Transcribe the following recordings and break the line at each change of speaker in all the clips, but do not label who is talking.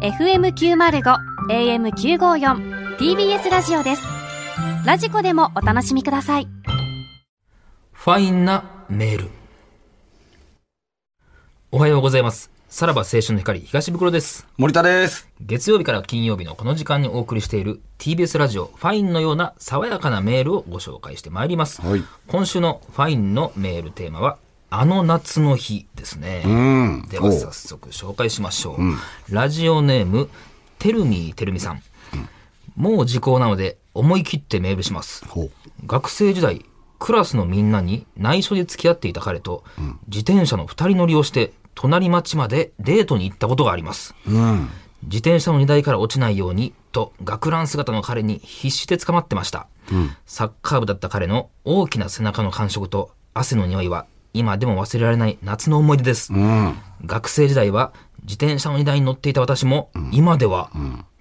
FM905 AM954 TBS ラジオですラジコでもお楽しみください
ファインなメール。おはようございます。さらば青春の光東袋です。
森田です。
月曜日から金曜日のこの時間にお送りしている TBS ラジオファインのような爽やかなメールをご紹介してまいります。
はい
今週のファインのメールテーマは、あの夏の日ですね。
うん
では
おう
早速紹介しましょう。ラジオネーム、てるみてるみさん。もう時効なので思い切ってメールします。
ほう。
学生時代クラスのみんなに内緒で付き合っていた彼と、自転車の二人乗りをして隣町までデートに行ったことがあります、
うん。
自転車の荷台から落ちないようにと学ラン姿の彼に必死で捕まってました、サッカー部だった彼の大きな背中の感触と汗の匂いは今でも忘れられない夏の思い出です、
うん。
学生時代は自転車の荷台に乗っていた私も、今では、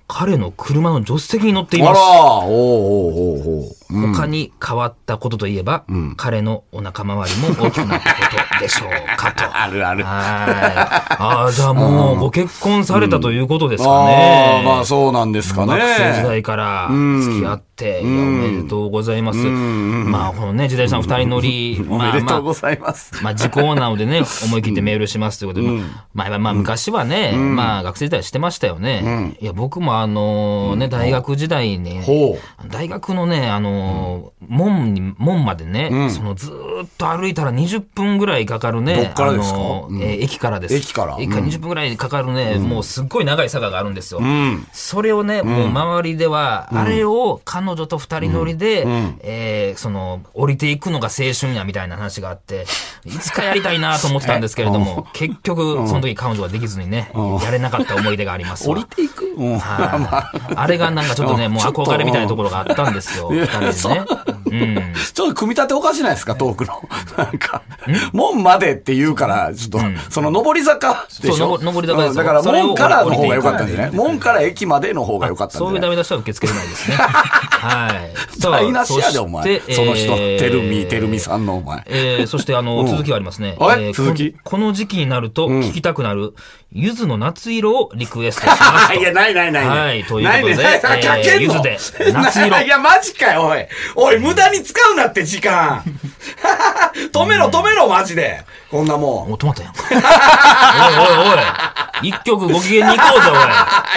彼の車の助手席に乗ってい
あ
ます
らおうおうおうおう。うん
他に変わったことといえば、彼のお腹周りも大きくなったことでしょうかと。
あるある。あ
はい。 ああ、じゃあもうご結婚されたということですか
あ
ね。
ー、まあそうなんですかね。
学生時代から付き合って、いやおめでとうございます。まあ、このね、自転車の二人乗り、
お
まあ
めで
ま
とう
あ
ご、ざいます。
まあ、時効なの でね、思い切ってメールしますということで、まあ、まあまあ、昔はね、まあ、学生時代してましたよね。いや、僕もあの、ね、大学時代ね、
ほ
大学のね、あのー門に、門までね、そのずーっと歩いたら20分ぐらいかかるね。
どっからですか
あのーえー駅からです。
駅から
駅から20分ぐらいかかるね、もうすっごい長い坂があるんですよ。
う。うん。
それをね、もう周りでは、あれを彼女と二人乗りで、えーその、降りていくのが青春やみたいな話があって、いつかやりたいなと思ってたんですけれども、結局、その時彼女はできずにね、やれなかった思い出があります
降
わ
りていくうん。
はいあれがなんかちょっと ね、もう憧れみたいなところがあったんですよ、
うん
二人でね。 うん。
ちょっと組み立ておかしないですか、トークの。 なんか、門までって言うから、ちょっと、その上り坂でし
そ
ょ
う上り坂ですよ
うんだから
それを
門からの方が良かったんじゃ
降
な
り
い
ていく
門から駅までの方が良かったんじ
そ
ゃ
うい
な
うダメ
い
出しは受け付けれないです ね。はい。さあ
台無しやで、お前。
して
その人、
えー
てるみ、てるみさんのお前。
えー、そしてあの、
うん
続きがありますね。
はい
えー
続き
ここの時期になると聞きたくなる、ゆずの夏色をリクエストしますと。
いや、ないないない。
はいということで
ないねないね
えー
かけんの
ゆずで夏色
いや、マジかよ、おい。おい、無駄に使うなって、時間。 止めろ、止めろ、マジで。こんなも
お、止まったやん。おいおいおい。一曲ご機嫌に行こうぜ、お
ん。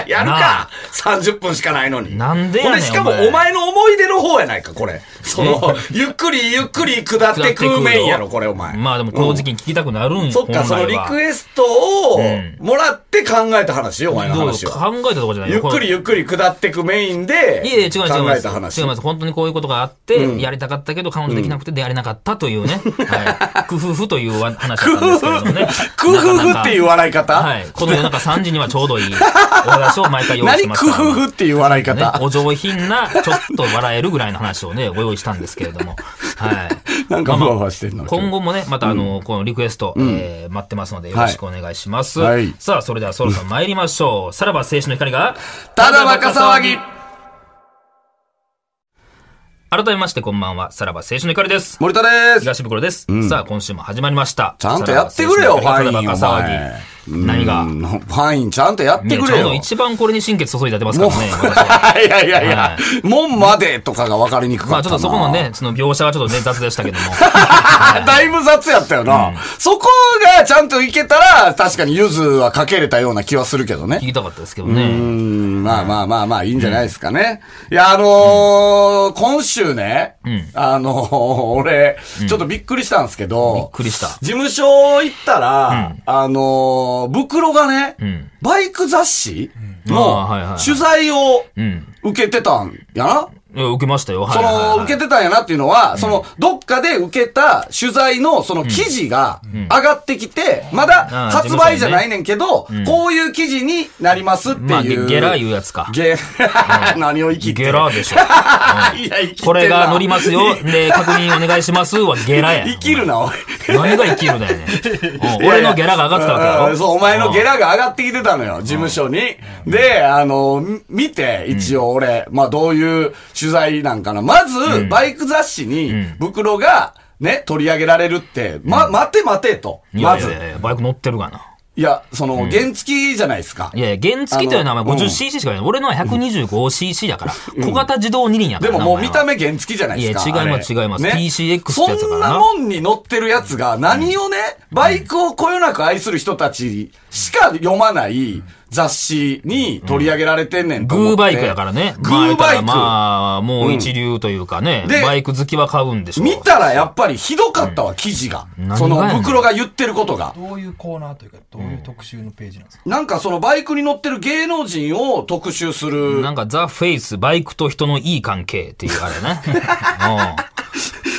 い。
やる
なあ
か。30分しかないのに。
なんでやねん
これしかも
お前
お前の思い出の方やないか、これ。その、 ゆっくりゆっくり下 ってく面やろ、これ、お前。
まあでもこの時期に聞きたくなるんよ
そっか、そのリクエストをもらって考えた話よ、お前の
どう
話は。
考えたとこじゃない
ゆっ
よこ
くり
れ
ゆっくり下ってくメインで、
いやいや、違う違う。
考えた話。。
違います。本当にこういうことがあって、やりたかったけど、彼女できなくて出会えなかったというね。はい。クフフというわ話だったんですけれどもね
クフフっていう
う。
笑い方
はい。この夜中3時にはちょうどいいお話を毎回用意して
何
ま
ク
した。
フフっていう笑い
ね
方、
お上品な、ちょっと笑えるぐらいの話をね、ご用意したんですけれども。はい。
なんかふわふわしてんの。
今後もね、またあの、このリクエスト、えー待ってますので、よろしくお願いします。
はいはい
さあ、それではそろそろ参りましょう。さらば青春の光が、
ただバカ騒ぎ
改めましてこんばんは、さらば青春の光です。
森田です
東袋です。さあ、今週も始まりました。
ちゃんとやってくれよ、フ
さら
ァ
ば青春の
イン、お
光ただバカ騒
前。
ぎ。何が
うんファイン、ちゃんとやっ
ね
て
ちょ
くれ
う
よ。
ど
い
一番これに神経注いでやってますからね、私は。
やいやい
は
や、門までとかが分かりにく
ま
か
あ
っ
ちょ
た
っ
な。
とそこのね、その描写はちょっとね、雑でしたけども。
だいぶ雑やったよな。そこがちゃんといけたら、確かにゆずはかけれたような気はするけどね。
聞きたかったですけどね。
うんまあまあまあまあ、いいんじゃないですかね。いや、あのー今週ね、あのー 俺、ちょっとびっくりしたんですけ
びっ
ど、
くりした。
事務所行ったら、あのー袋がね、
ん
バイク雑誌
あーはいはいは
の
い
取材を
うん。
受けてたんやな、
いや受けましたよ。はい
そ
はいはい
の、受けてたんやなっていうのは、その、どっかで受けた取材の、その記事が上がってきて、ま
あ
だ
あ
発売じゃないねんけど、こういう記事になりますって
まあ、ゲ
いう。
ゲラいうやつか。
ゲ、何を生きて
ゲラでしょ。うん
いや、生きてんな
これが乗りますよ。で、確認お願いしますはゲラや。
生きるな、おい。
何が生きるだよねん。俺のゲラが上がってたわけだ
う
ろ。
んそう、お前のゲラが上がってきてたのよ、事務所に。で、あの、み見て、一応俺、まあどういう取材なんかな。まず、バイク雑誌に、袋が、ね、取り上げられるって、ま、待て待てと。
いや
ま
い
ず。
やいやバイク乗ってるがな。
いや、その、原付きじゃないですか。
いやいや、原付きというのは
あのうん
50cc しかない。俺のは 125cc だから。小型自動二輪やか
で
らな。
もも
お
う
前
見
は
た目原付きじゃないですか。
いや違います
あれ
違います TCX ってやつだ
そ
か
ん
らな
なもんに乗ってるやつが、何をね、バイクをこよなく愛する人たちしか読まない雑誌に取り上げられてんねんと思
グ
って
ーバイクやからね。
グーバイク。
まあ、まあ、もう一流というかね、
で
バイク好きは買うんでしょう。
見たらやっぱりひどかったわ、記事が
何。が
その
やねん
袋が言ってることが。
どういうコーナーというか、どういう特集のページなんですか、
なんかそのバイクに乗ってる芸能人を特集する
なんか、ザ・フェイス、バイクと人のいい関係っていうあれね。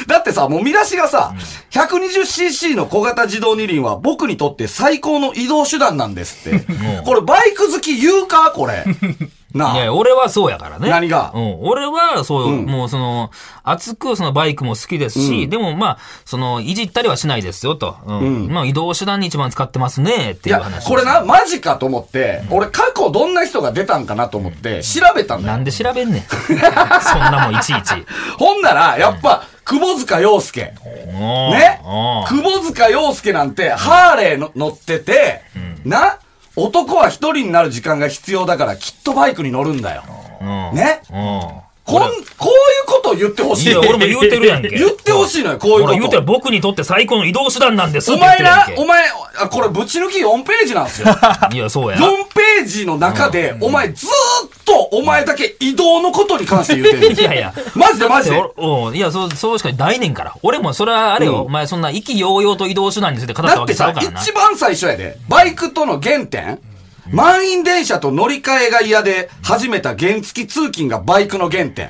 だってさ、もう見出しがさ、120cc の小型自動二輪は僕にとって最高の移動手段なんで すって。これバイク好き言うかこれ。
うん。い
なあ。
や、俺はそうやからね。
何が
うん。俺は、そう、もうその、熱くそのバイクも好きですし、でもまあ、その、いじったりはしないですよと。うん。まあ、移動手段に一番使ってますね、って
い
いう
や
話。、
これな、。マジかと思って、俺過去どんな人が出たんかなと思って、調べたんだ
な
よ。
んで調べ んねん。そんなもんいちいち。
ほんなら、やっぱ、窪塚洋介。ね
ね
窪塚洋介なんて、ハーレーの乗ってて、な男は一人になる時間が必要だから、きっとバイクに乗るんだよ。
うん。
ね
うん。
こん、こういうことを言ってほしい。
いや、俺も言うてるやんけ。
言ってほしいのよ、こういう
俺
こ
は
と。
言うてる僕にとって最高の移動手段なんですっ
お
て言っ
前
てるやん
な
け。、
お前、あこれぶち抜き4ページなん ですよ。4
いや、そうや。
ページの中で、お前ずーっとお前だけ移動のことに関して言うてる。
いやいや。
マジでマジで。
おおいや、そう、そうしかないねんから。俺も、それはあれよ、お前そんな意気揚々と移動手段について語った
だっ
わ
て
けちゃ
さ
う、からな。
一番最初やで、バイクとの原点、満員電車と乗り換えが嫌で始めた原付通勤がバイクの原点。
うん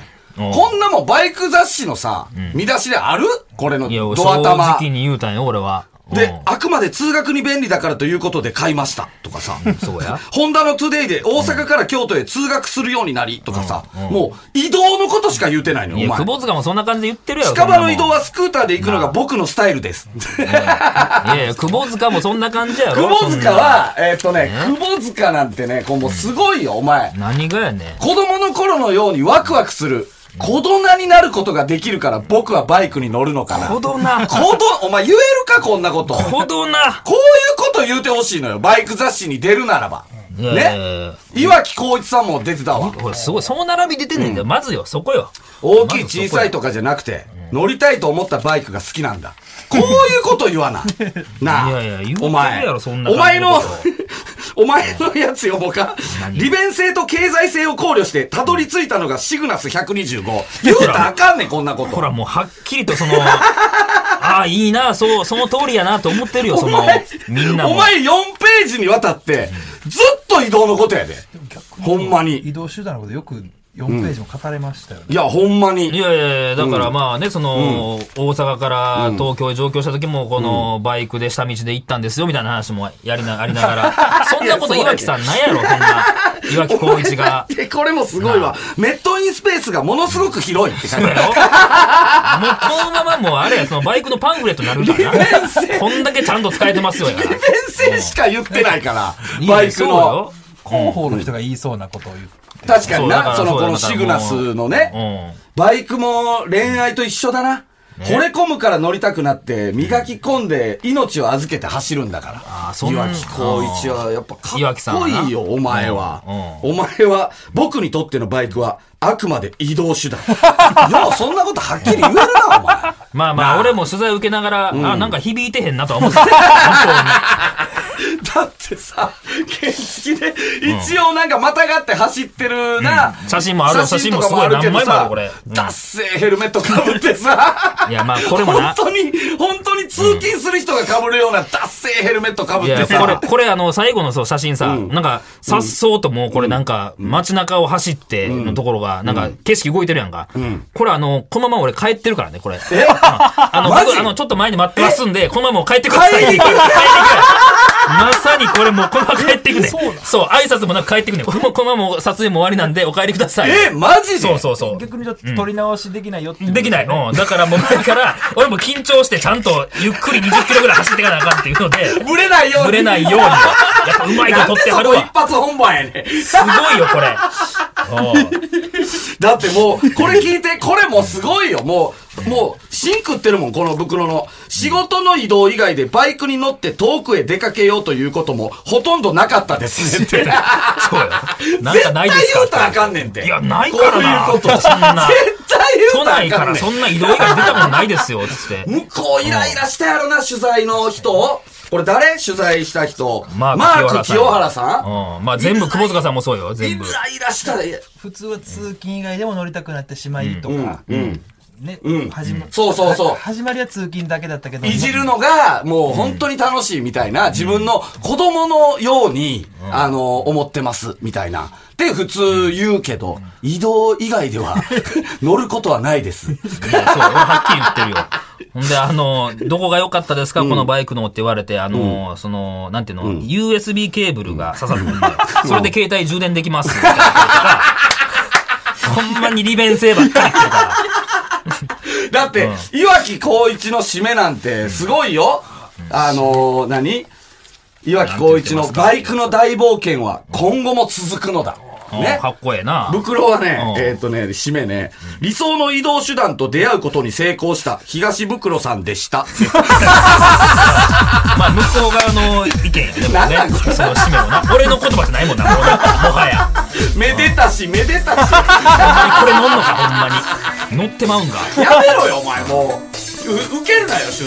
こんなもんバイク雑誌のさ、見出しであるこれの
いや、
ド
正
頭。
直に言うたんよ、俺は。
で、あくまで通学に便利だからということで買いました。とかさ。
うん、そうや。
ホンダのトゥデイで大阪から京都へ通学するようになりとかさ、もう移動のことしか言うてないの
い
よ、 お
や、
前。
窪塚もそんな感じで言ってるやろ。
近場の移動
は。
はスクーターで行くのが僕のスタイルです。
いやいや、窪塚もそんな感じやろ。
窪塚は、えーっとね
え、
窪塚なんてね、こうもうすごいよ、お前
そ。んな。何がやねん。
子供の頃のようにワクワクする。子供になることができるから僕はバイクに乗るのかな。
ほ
子
どな。
供、お前言えるか、こんなこと。
ほどな。
こういうこと言うてほしいのよ。バイク雑誌に出るならば。
いやいやいやい
ね
や。
岩城光一さんも出てたわ。
ほらすごい、その並び出てんねんだよ。まずよ、そこよ。
大きい小さいとかじゃなくて、乗りたいと思ったバイクが好きなんだ。こういうこと言 わな。なあ。
いやいや言うてる
お前。
やろそんな
お前の
感じのこ、
お前の やつ読もうか。利便性と経済性を考慮して、たどり着いたのがシグナス125。言うたらあかんねん、こんなこと。
ほら、もうはっきりと その、ああ、いいな、そう、その通りやなと思ってるよ、そ
お
の
前、、
みんなも。
お前4ページにわたって、ずっと移動のことやで。ほんまに。
移動手段のことよく4ページも語れましたよね。
いや、ほんまに。
いやいやいや、だからまあね、その、大阪から東京へ上京した時も、この、バイクで下道で行ったんですよ、みたいな話もやりな、あ りながら。そんなこと
いやそう
岩城さんなんやろ、こんな。岩城光一が。
で、これもすごいわ。メットインスペースがものすごく広いって書い
そう
て
や
あ
ろ
る。
もうこのままもうあれや、そのバイクのパンフレットになるからな。こんだけちゃんと使えてますよ、やから。
先生しか言ってないから
い、や
バイク
そう
の
よ。
広報の人が言いそうなことを言って。
確かに
そうだから
な、その
そう
こ
だ
の
だから
シグナスのね、
うん。
バイクも恋愛と一緒だな。惚れ込むから乗りたくなって、磨き込んで命を預けて走るんだから。
あーそんな
岩城光一はやっぱか
岩城さん
っこ
はい
い
な
よ、お前は。
う
お前は、僕にとってのバイクは、あくまで移動手段。 よう、そんなことはっきり言えるな、お前。
まあまあ、俺も取材受けながら、あ、なんか響いてへんなとは思ってた。
だってさ、原付で、一応なんかまたがって走ってるな。
うん写真もあるよ写真もすごい
とかあるけど
何枚もあるこれうん
ダッセーヘルメットかぶってさ。
いやまあこれもな
本当に、本当に通勤する人がかぶるようなダッセーヘルメットかぶ
い
って
や、これ、
さ。
これあの、最後のそう、写真さ、なんか、さっそうともうこれなんか、街中を走ってのところが、なんか、景色動いてるやんか。これあの、このまま俺帰ってるからね、これ。
え
あの、
マジ
僕、あの、ちょっと前に待ってますんで、このままもう帰ってください。
帰りに行く
帰ってくださいまさにこれもうこのまま帰ってくね。そう、挨拶もなく帰ってくね。これもこのままもう撮影も終わりなんで、お帰りください。
え、マジで
そうそうそう。
逆にちょっと取り直しできないよっていう
できない。うん。だからもう前から、俺も緊張してちゃんとゆっくり20キロぐらい走っていかなあかんっていうので、
ぶれないように。
ぶれないようには。やっぱうまい
なん
こと取
で
って
そ
はる
こ一
わ。
発本番やねん
すごいよ、これ。おう
だってもう、これ聞いて、これもすごいよ。もう、もう、芯食ってるもん、この袋の。仕事の移動以外でバイクに乗って遠くへ出かけようということもほとんどなかったですねって。
そうや。なんかないですか
絶対言うたらあかんねんて。
いや、ないからな。
こういうこと。絶
そんな。
対言
都
うたら
内
あ
か
からんね
そ
ん。
んな移動以外出たもんないですよ、つって。
向こうイライラしたやろな、取材の人。これ誰取材した人。マーク清原さん
うん。まあ全部、窪塚さんもそうよ、
イ
全部。
ライラしたら、
普通は通勤以外でも乗りたくなってしまいとか、
うん。
ね、
うん
始ま
そうそうそう
は始まりは通勤だけだったけど、
いじるのが、もう本当に楽しいみたいな、自分の子供のように、あの、思ってます、みたいな。で、普通言うけど、移動以 外では乗ることはないです。
いやそう、俺はっきり言ってるよ。 ほんで、あの、どこが良かったですか、このバイクのって言われて、あの、その、なんていうの、USB ケーブルが刺さるんで、 それで携帯充電できますって言ってたから。ほんまに利便性ばっかり言ってたから。
だって、岩木光一の締めなんて、すごいよ。あのー、何岩木光一のバイクの大冒険は今後も続くのだ。
う
ね
ん。かっこええな。
袋はね、
うん
えーっとね、締めね、理想の移動手段と出会うことに成功した東袋さんでした。
まあ、向こう側の意見やね。でも
なんなん
ね、
これ
その締めもな。俺の言葉じゃないもんな、もうなもはや。
めでたし、めでたし。
これ乗んのか、ほんまに。乗ってまうんか。
やめろよ、お前もう。う、受けるなよ、取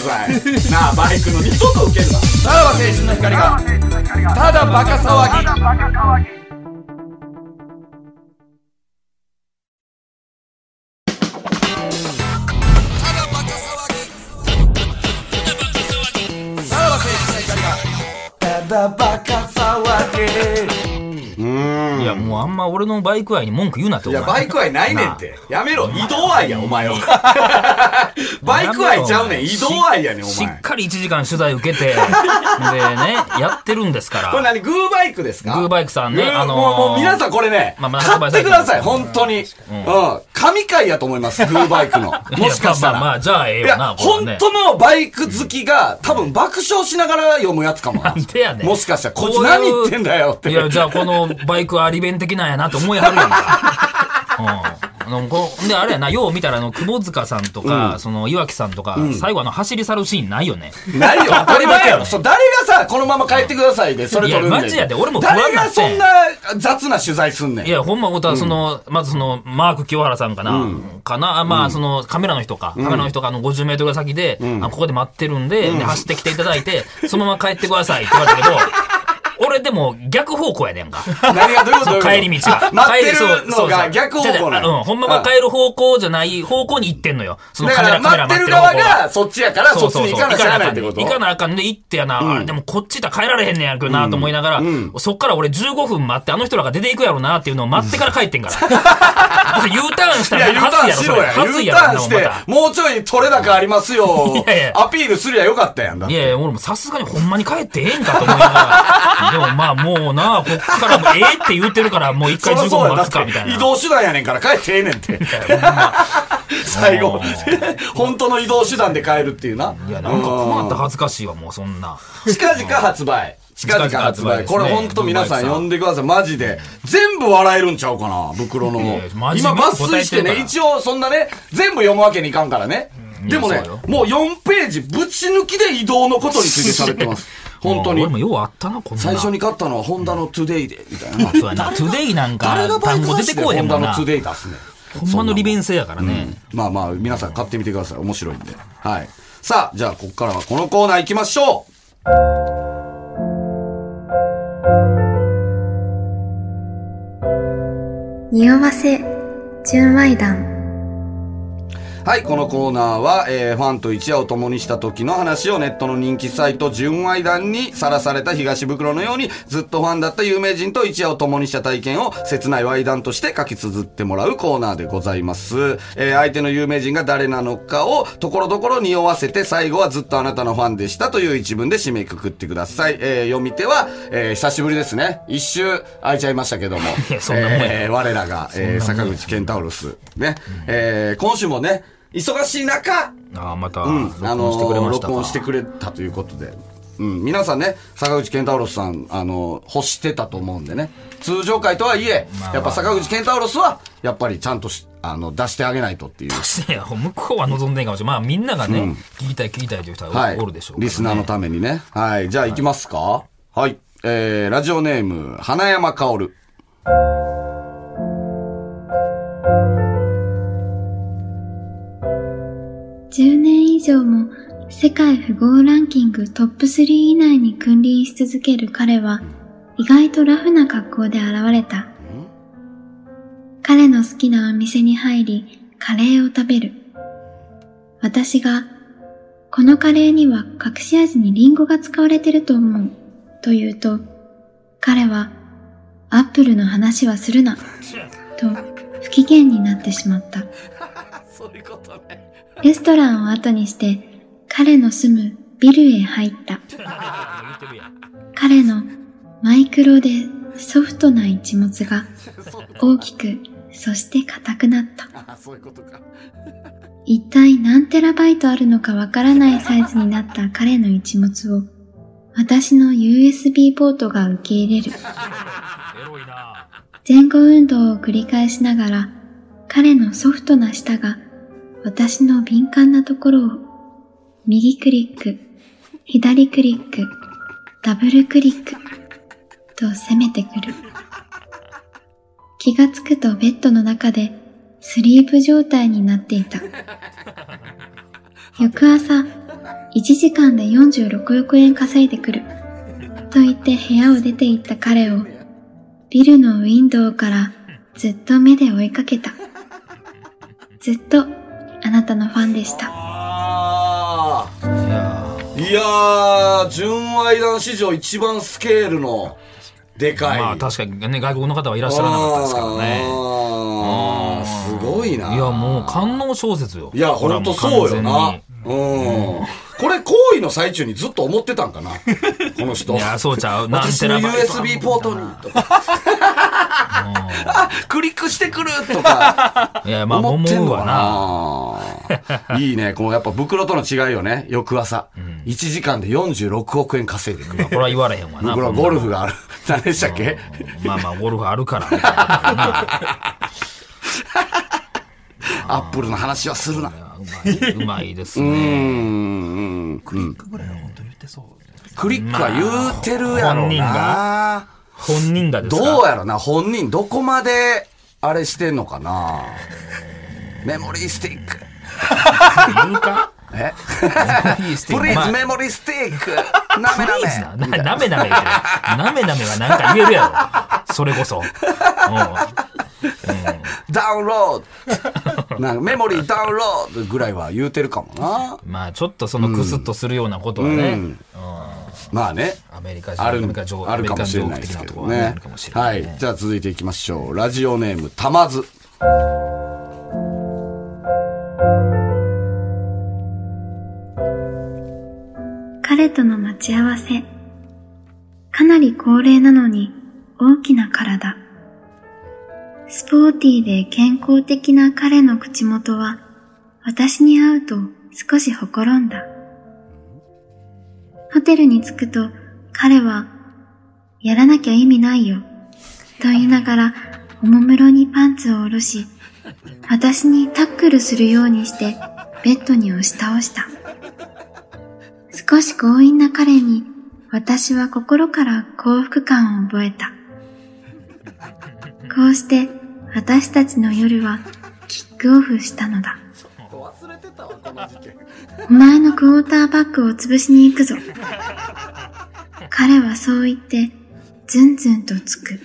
材。なあ、バイクの二度と受けるな。さらば青春の光が、ただバカ騒ぎ。
いや、もうあんま俺のバイク愛に文句言うなって、
い
お
や、
前。
バイク愛ないねんて。やめろ、移動愛や、お前は。 バイク愛ちゃうねん、移動愛やねん、お
し
前
っ。かり1時間取材 受けて、でね、やってるんですから。
これ何、グーバイクですか
グーバイクさんね
グー
あのー
もう、もう皆さんこれね、
まあまあ
買ってください、本当に。うん。神回やと思います、グーバイ クの。もしかした
いやまあまあま
ら。
あ、じゃあええ
い
よ
や
な、、これ
本
ね。
当のバイク好きが、多分爆笑しながら読むやつかもな。
なんでやねん
もしかしたら、こいつ
ういう
何言ってんだよって。
いや、じゃあこのバイクはアリベン的なんやなと思いはるやんか。うん。あのこうで、あれやな、よう見たら、あの、久保塚さんとか、その、岩木さんとか、最後あの、走り去るシーンないよね。
ないよ、当たり前やろ。
ね
そう、誰がさ、このまま帰ってくださいで、それ取るん
いや
だよ
マジやで俺も不安
誰
な
が
って
そんな雑な取材すんねん。
いや、ほんまことは、その、まずその、マーク清原さんかな、かな、あまあ、その、カメラの人か、カメラの人があの、50メートル先で、あここで待ってるんで、で走ってきていただいて、そのまま帰ってくださいって言われた けど、俺でも逆方向やねんか。
何がどういう
そ
こと どう
う
いうこと
帰り道が。
待って
帰りそう
るのが逆方
そうそ
向
う
な
あうん、ほんまは
る
帰る方向じゃない方向に行ってんのよ。その
だ
カ
か
メラ、
ら
カメラ
待っ
待っ
てる
てる方
側
向は
がそっち やからそっちに行かなきゃならないってこと
行かなあかんで行ってやな、あれでもこっちだ帰られへんねやけどなと思いながら、そっから俺15分待ってあの人らが出ていくやろなっていうのを待ってから帰ってんから、U ターンした
い
ら
や、U ターンしろや。
はず
U
や
タ
ろ
ーンして、もうちょい取れ高ありますよ
いやいや。
アピールすりゃよかったやんだっ
い
て。
やいや、俺もさすがにほんまに帰ってええんかと思いながら。 でもまあもうな、こっからもうええって言ってるから、もう一
そ
回
りゃ
15
そう
分
や。だ
待
っ
つかみたい
て
な。
移動手段やねんから帰ってええねんって。 最後、本当の移動手段で帰るっていうな。
いや、なんか困った恥ずかしいわ、もうそんな。
近々発売。近々発
近々発売
売。
です
こ
ね
れほんと皆さん
ブックバイクさん
呼んでください。マジで。全部笑えるんちゃうかな、袋の
やいや。マジで
今抜粋して
答えてる
ね、
から
一応そんなね、全部読むわけにいかんからね。
うん
でも
い
ね
やそうよ、
もう4ページぶち抜きで移動のことについて喋っ てます。本当
うん俺も
に。
ようあったな、こんな。
最初に買ったのはホンダのトゥデイで、みたいな。
そうやな、トゥデイなん
誰が
か、
バイ
単
ク
語
雑
出
誌
て
で
こえ
ホ
へん
ン
も
ダ
ん
の
な。
トゥデイ出すね。
ほんまの利便性やからね。
まあまあ、皆さん買ってみてください。面白いんで。はい。さあ、じゃあ、ここからはこのコーナー行きましょう
匂わせ純愛談
はい、このコーナーは、えーファンと一夜を共にした時の話をネットの人気サイト、純愛談にさらされた東袋のように、ずっとファンだった有名人と一夜を共にした体験を、切ない愛談として書き綴ってもらうコーナーでございます。えー相手の有名人が誰なのかを、ところどころ匂わせて、最後はずっとあなたのファンでしたという一文で締めくくってください。えー読み手は、えー久しぶりですね。一周空いちゃいましたけども。
いやそんなもんや
えー我らが、えー坂口健太郎ス。ね。えー今週もね、忙しい中、
ああ、また、
うん
録音してくれました
あのー録音して
か。
くれたということで。うん、皆さんね、坂口健太郎さん、あのー欲してたと思うんでね。通常回とはいえ、やっぱ坂口健太郎は、やっぱりちゃんとしあの、出してあげないとっていう。
いや、向こうは望んでないかもしれない。まあ、みんながね、聞きたい聞きたいという人
は。
はいおるでしょう、
リスナーのためにね。はい。じゃあ、行きますか、はい、えー、ラジオネーム、花山薫。
10年以上も世界富豪ランキングトップ3以内に君臨し続ける彼は意外とラフな格好で現れた。彼の好きなお店に入りカレーを食べる。私が、このカレーには隠し味にリンゴが使われてると思う。と言うと、彼は、アップルの話はするな。と、不機嫌になってしまった。
そういうことね。
レストランを後にして、彼の住むビルへ入った。
言ってるやん
彼のマイクロでソフトな一物が大きく、そして硬くなった。
あ、そういうことか。
一体何テラバイトあるのかわからないサイズになった彼の一物を、私の USB ポートが受け入れる。
エロいな
前後運動を繰り返しながら、彼のソフトな舌が私の敏感なところを、右クリック、左クリック、ダブルクリック、と攻めてくる。気がつくとベッドの中でスリープ状態になっていた。翌朝、1時間で46億円稼いでくる。と言って部屋を出て行った彼を、ビルのウィンドウからずっと目で追いかけた。ずっとあなたのファンでした。
あ
いや
ー。いやー、純愛団史上一番スケールの、でかい。
まあ、確かにね、外国の方はいらっしゃらなかったですからね。
あーすごいな。
いや、もう、官能小説よ。
いや、
こ
ほ
れは
ん
も
とそうよ
完
な。うん。これ行為の最中にずっと思ってたんかな。この人。
全にいや、そうちゃう。なん
私
て
の
らばいと
USB ポートに とか。あ クリックしてくるとか。
いや、まあ、
思
思
ってん
う
の
わな。
かな。いいね。このやっぱ袋との違いよね。翌朝。1時間で46億円稼いでくる。
これは言われへんわな。
僕ら
こんな
ゴルフがある。何でしたっけ
まあまあ、ゴルフあるからみたい なことな。
アップルの話はするな。
うまい、うまいです
う
ね。
ん。
クリックぐらいは本当に言ってそう。
クリックは言うてるやろ
まあ本人が。本人
な
がです
ど
か
うやろな、本人どこまで、あれしてんのかな。メモリースティック。
言うか
え
プリーズ
プリーズメモリースティック。なめなめ。
な、な、なめなめ言うてるなめなめはなんか言えるやろ。それこそ。う
ダウンロード。なんかメモリーダウンロードぐらいは言うてるかもな。
ん。まあ、ちょっとそのクスッとするようなことはね、
う
うんん
まあね。
アメリカ人、
あ
ア
る
メリカ上、
あ
アメ
る
リ
か
カ
もしれ
上
ないで
的
す
な
け
と
ど
ころはね、あ
ね
るかもし。れな
はいい
ね。。
じゃあ続いていきましょう。ラジオネーム、たまず。
彼との待ち合わせ。かなり高齢なのに大きな体。スポーティーで健康的な彼の口元は私に会うと少しほころんだ。ホテルに着くと彼はやらなきゃ意味ないよと言いながらおもむろにパンツを下ろし私にタックルするようにしてベッドに押し倒した。少し強引な彼に、私は心から幸福感を覚えた。こうして、私たちの夜は、キックオフしたのだ。お前のクォーターバックを潰しに行くぞ。彼はそう言って、ズンズンとつく。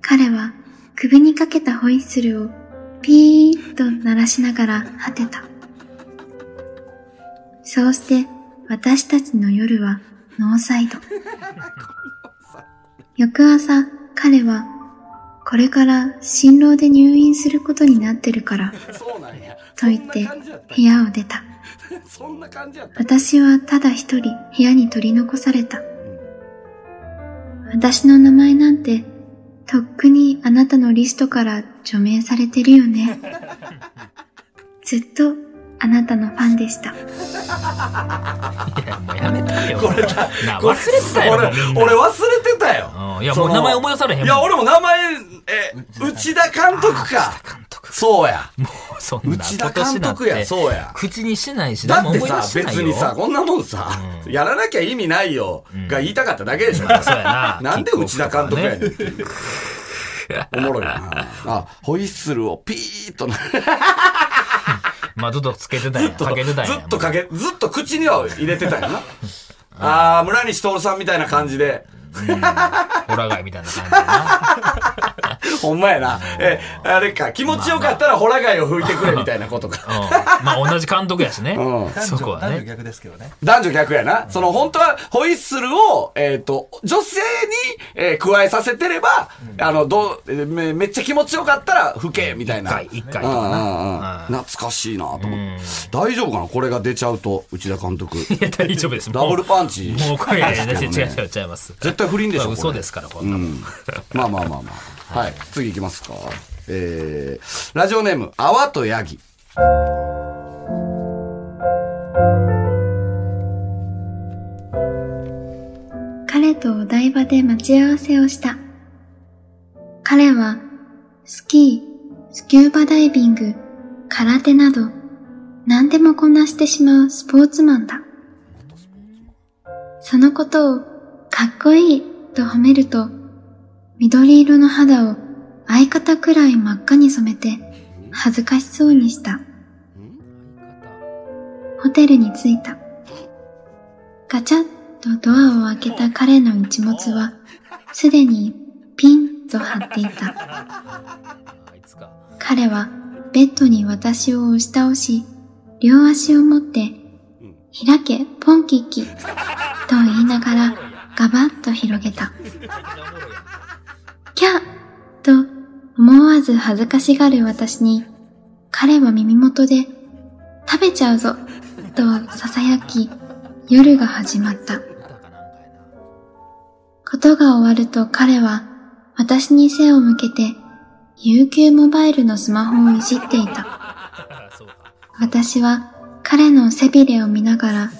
彼は、首にかけたホイッスルを、ピーッと鳴らしながら果てた。そうして私たちの夜はノー サイド。翌朝彼はこれから心労で入院することになってるから
そうなんや。
と言っ
そ
て
んな感じやった
部屋を出た。
そんな感じやった。
私はただ一人部屋に取り残された。私の名前なんてとっくにあなたのリストから除名されてるよ ね。ずっとあなたのファンでした。
いや、もうやめたよ。な、忘れてたよ。
俺、
もうみんな
俺忘れててたよ。
うんいやもう名前思い出されへんもん
いや、俺も名前、え、内田監督か。
監督。
そうや。
もうそんな
内田監督
今年な
や
んて
そうや
口にしないし、
だっ
誰
て
も思い
さ
出、しないよ
別にさ、、こんなもんさ、やらなきゃ意味ないよ、が言いたかっただけでしょ。
そうやな。
なんで内田監督やねん
ね
っていう。おもろいな。あ、ホイッスルをピーっとな、ず
まあずっとつけてたんや。
っと、
かけてたんや。
ずっとかけ、ずっと口には入れてたよな。あー、村西徹さんみたいな感じで。
ホラガイみたいな感じでな。
ほんまやな。え、あれか、気持ちよかったらホラ貝を吹いてくれみたいなことか。
うん。まあ同じ監督やしね。
うん
そ
男
こ
女、
は
男女
ね。
逆ですけどね。
男女逆やな。その本当はホイッスルを、えっ、と、女性に、えー加えさせてれば、あの、どうえーめ、めっちゃ気持ちよかったら吹け、みたい
一
な。
回、一回
う
と
ん
かな。
うんうん懐かしいなと思って。大丈夫かなこれが出ちゃうと、内田監督。
いや、大丈夫です。
ダブルパンチ。
もうこれ、いやいや違う違う
ですけど
違
ね
う違います。
絶対不倫でしょ
まあ
これ
嘘ですから、こん
う
なもん。
ん。まあまあまあまあ。はい。次行きますか。えー、ラジオネーム、泡とヤギ。
彼とお台場で待ち合わせをした。彼は、スキー、スキューバダイビング、空手など、何でもこなしてしまうスポーツマンだ。そのことを、かっこいいと褒めると、緑色の肌を相方くらい真っ赤に染めて、恥ずかしそうにした。ホテルに着いた。ガチャッとドアを開けた彼の一物は、すでにピンと張っていた。
あいつか。
彼はベッドに私を押し倒し、両足を持って、開け、ポンキッキ、と言いながら、ガバッと広げた。キャッと思わず恥ずかしがる私に、彼は耳元で、食べちゃうぞ、と囁き、夜が始まった。ことが終わると彼は私に背を向けて UQ モバイルのスマホをいじっていた。私は彼の背びれを見ながら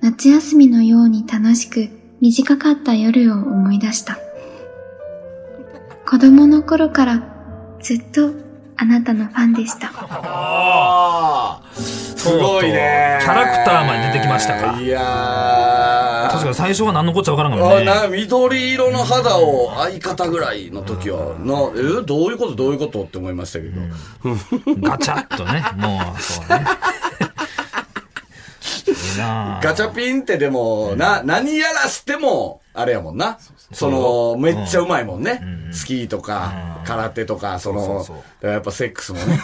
夏休みのように楽しく短かった夜を思い出した。子供の頃からずっとあなたのファンでした。
ああすごいね
とうとうキャラクターまで出てきましたか
いやー
確かに最初は何のこっちゃわからんか
あ
ら
な
ね。
緑色の肌を相方ぐらいの時は、な、えどういうことどういうことって思いましたけど。
ガチャっとね。もう、そうね。いいなあ
ガチャピンってでも、な、何やらしても、あれやもんな。その、めっちゃうまいもんね。スキーとか、空手とか、そ
そう
の
そう、
やっぱセックスも ね。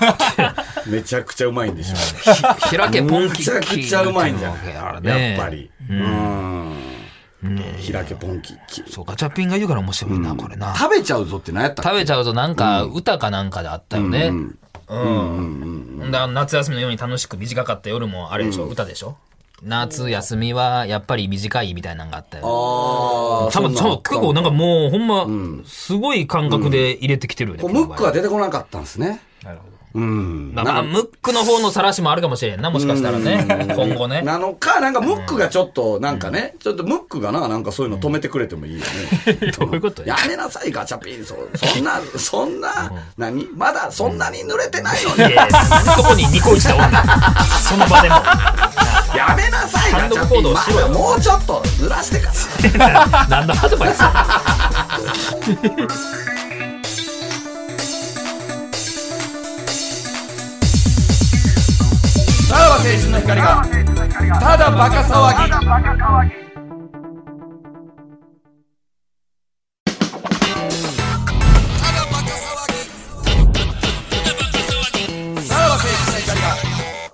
めちゃくちゃうまいんでしょ。
開けポンキッキー
めちゃくちゃうまいんじゃない
ね
やっぱり。うん。開けポンキッキ。
そう、ガチャピンが言うから面白いな、これな。
食べちゃうぞって何やった
食べちゃうとなんか、歌かなんかであったよね。
う
うんん。うんだから夏休みのように楽しく短かった夜もあれでしょ、歌でしょ夏休みはやっぱり短いみたいなのがあったよ。
ああ、
多分、
そんな
そう結構なんかもうほんま、すごい感覚で入れてきてるよね。
こう
この
ム
場
ッ
合
クは出てこなかったんですね。
なるほど。
うん。
まあまあ、ムックの方の晒しもあるかもしれんな、もしかしたらね。今後ね。
なのか、なんかムックがちょっと、なんかね、ちょっとムックがな、なんかそういうの止めてくれてもいいよね。
どういうこと
やめなさい、ガチャピン。そそんな、そんな、何まだそんなに濡れてないのに。
いやそこにニコイチた 女。その場でも。
やめなさい、ガ
単
チ
独
ャピ
行
ン。
動
ま
しろ
だ
よ
もうちょっとずらしてから。
なんだアドバイス
さらば青春の光が、ただバカ騒ぎ。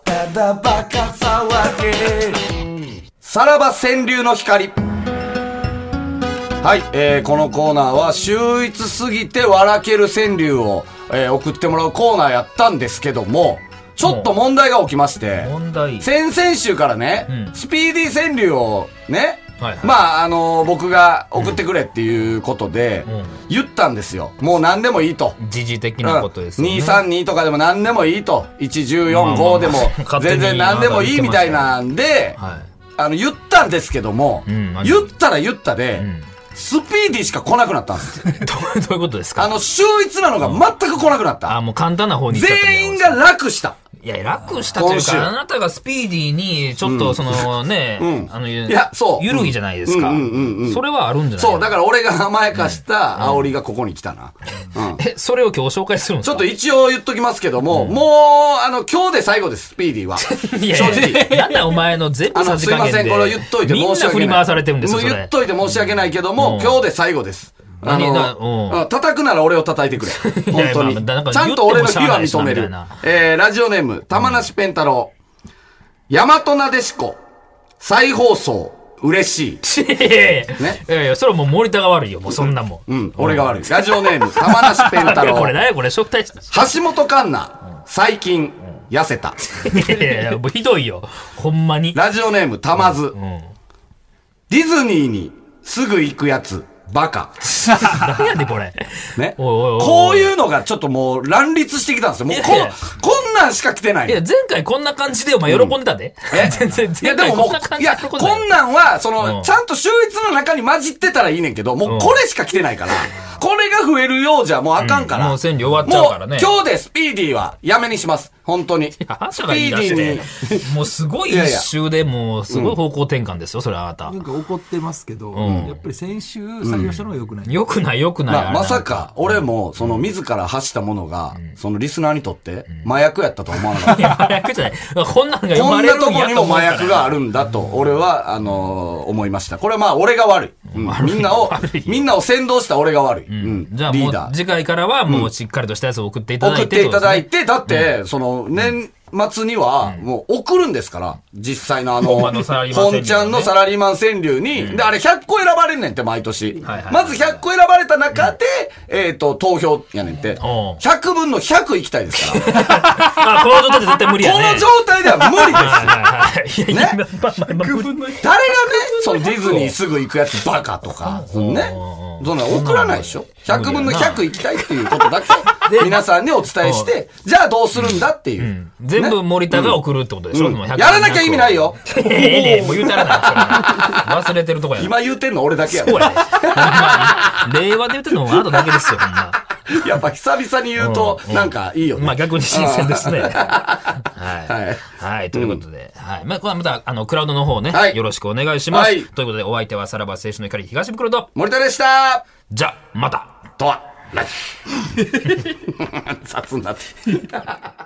ただバカ騒げ。
さらば川柳の光。はい、えーこのコーナーは、秀逸すぎて笑ける川柳を、えー送ってもらうコーナーやったんですけども、ちょっと問題が起きまして、
問題。
先々週からね、
うん
スピーディー川柳をね、
はいはい
まあ、あのー僕が送ってくれっていうことで
うん、
言ったんですよ。もう何でもいいと。
時事的なことですよね。
232とかでも何でもいいと。
まあまあま
1145
あ
でも
勝手
全
に
然何でもいいみたいなんで、
は
あの、言ったんですけども、
うん
言ったら言ったで、
い。うん。
スピーディーしか来なくなったんです。
どうどういうことです
あ
か
の、秀逸なのが全く来なくなっ
あ、
た。
もう簡単な方に行っちゃったみたいな
全員が楽した。
いや、楽したという
今週
か、あなたがスピーディーに、ちょっと、そのね、
うん
あの、ゆ
いやそう
ゆるいじゃないですか
うんうんうんうん。
それはあるんじゃない
そう、だ
か
から俺が甘やかした煽りがここに来たな。うん。
ら。え、それを今日紹介するんです
ちょ
か
っと
っ
一応言っときますけども、もう、あの、今日で最後です、スピーディーは。
と、 いや
正
いや、な
直。
んだお前の全
あ
部さ
の、
じ
すい
加
ま
減
せ
で。
ん、これ言っといて申し訳ない。
みんな振り回されてるんですよ、
もう
それ。
言っといて申し訳ないけども、
うん
今日で最後です。あ
何だ
の、
う
叩くなら俺を叩いてく れ。
いや
本当に。
まあなんか
ちゃんと俺の非
言ってもしゃあないしな
は認め
みた
る
いな。
えー、ラジオネーム、玉梨ペン太郎。大和なでしこ。再放送。嬉しい。
いやいやいや
ね
いやいや、それはもう森田が悪いよ、もうそんなもん。
うん、俺が悪い。ラジオネーム、玉梨ペン太
いや
郎。
これ何やこれ、食体。い
橋本環奈。最近、痩せた。
やいやいや、もうひどいよ。ほんまに。
ラジオネーム、たまず。
ん
ディズニーにすぐ行くやつ、バカ。
何やねんこれ。
ね。
おいおいおい
こういうのがちょっともう乱立してきたんですよ。もうこ
いやいや、
こんなんしか来てない
い
の。
や、前回こんな感じでお前喜んでたで。 全然、
いや
前
で
回
もも
こんな感
う、い
じで
や、
喜んで
こ
たよ
んなんは、その、
うん
ちゃんと秀逸の中に混じってたらいいねんけど、もううんこれしか来てないから、これが増えるようじゃもうあかんから。
うんもう千里終わっちゃうからね
も今日でスピーディーはやめにします。本当に。スピ
あなたが言い出
ーディー
し
に。
て、もうすごい一周で、もうすごい方向転換ですよ、それあなた
な。んか怒ってますけど、
うん
やっぱり先週採用したのが良くない。
よくないよくない。
ま
あ
あ、
れ
まさ。か、俺も、その、自ら発したものが、その、リスナーにとって、麻薬やったとは思わなかっ
い
た。
や、麻薬じゃない。こんなんが生
こ
ま
ん
れ
な
る
と
ん
こ
や
に
と
も
思っ
麻
たら
薬があるんだと、俺は、あのー思いました。これ、まあ、俺が悪い。うんみんなを
悪いよ、
みんなを先導した俺が悪い。うん
じゃあ
リ
も
ー
う
ダー。
次回からはもうしっかりとしたやつを送っていただ
送
い。
ってていただ
て
いて、だって、その、年末には、もう送るんですから、実際のあの、
ほんまのサラリーマン川柳ね
本ちゃんのサラリーマン川柳に、で、あれ100個選ばれんねんって、毎年
はいはいは。い
まず100個選ばれた中で、えっと、投票やねんって、
おう
100分の100いきたいですか
そうで
ら、こ
すね。あ、この状態で絶対無理やね。
の状態では無理で す。
態いやいや、
ね
まあまあまあ無理
誰がね、そのディズニーすぐ行くやつバカとか、そのね
うん、。
そんなの送らないでしょ ?100 分の100行きたいっていうことだけ、皆さんにお伝えして、じゃあどうするんだっていううん
全部森田が送るってことでしょ、もう
や
100
らなきゃ意味ないよ
ええええねもう言うたらない。忘れてるとこやな。
今言うてんの俺だけや
そう
ろ。
やね。ほんまに令和で言ってるのはあなただけですよ、ほんま。
やっぱ久々に言うと、
うん
なんかいいよ
まあ
ね。
逆に新鮮です ね。はい。
は
はいい。ということで、はい。まあ、これはまた、あの、クラウドの方ね、
はい
よろしくお願いします。
はい
ということで、お相手はさらば青春の怒り東袋と、
森田でした
じゃ、また
とは、ラジオ雑になって。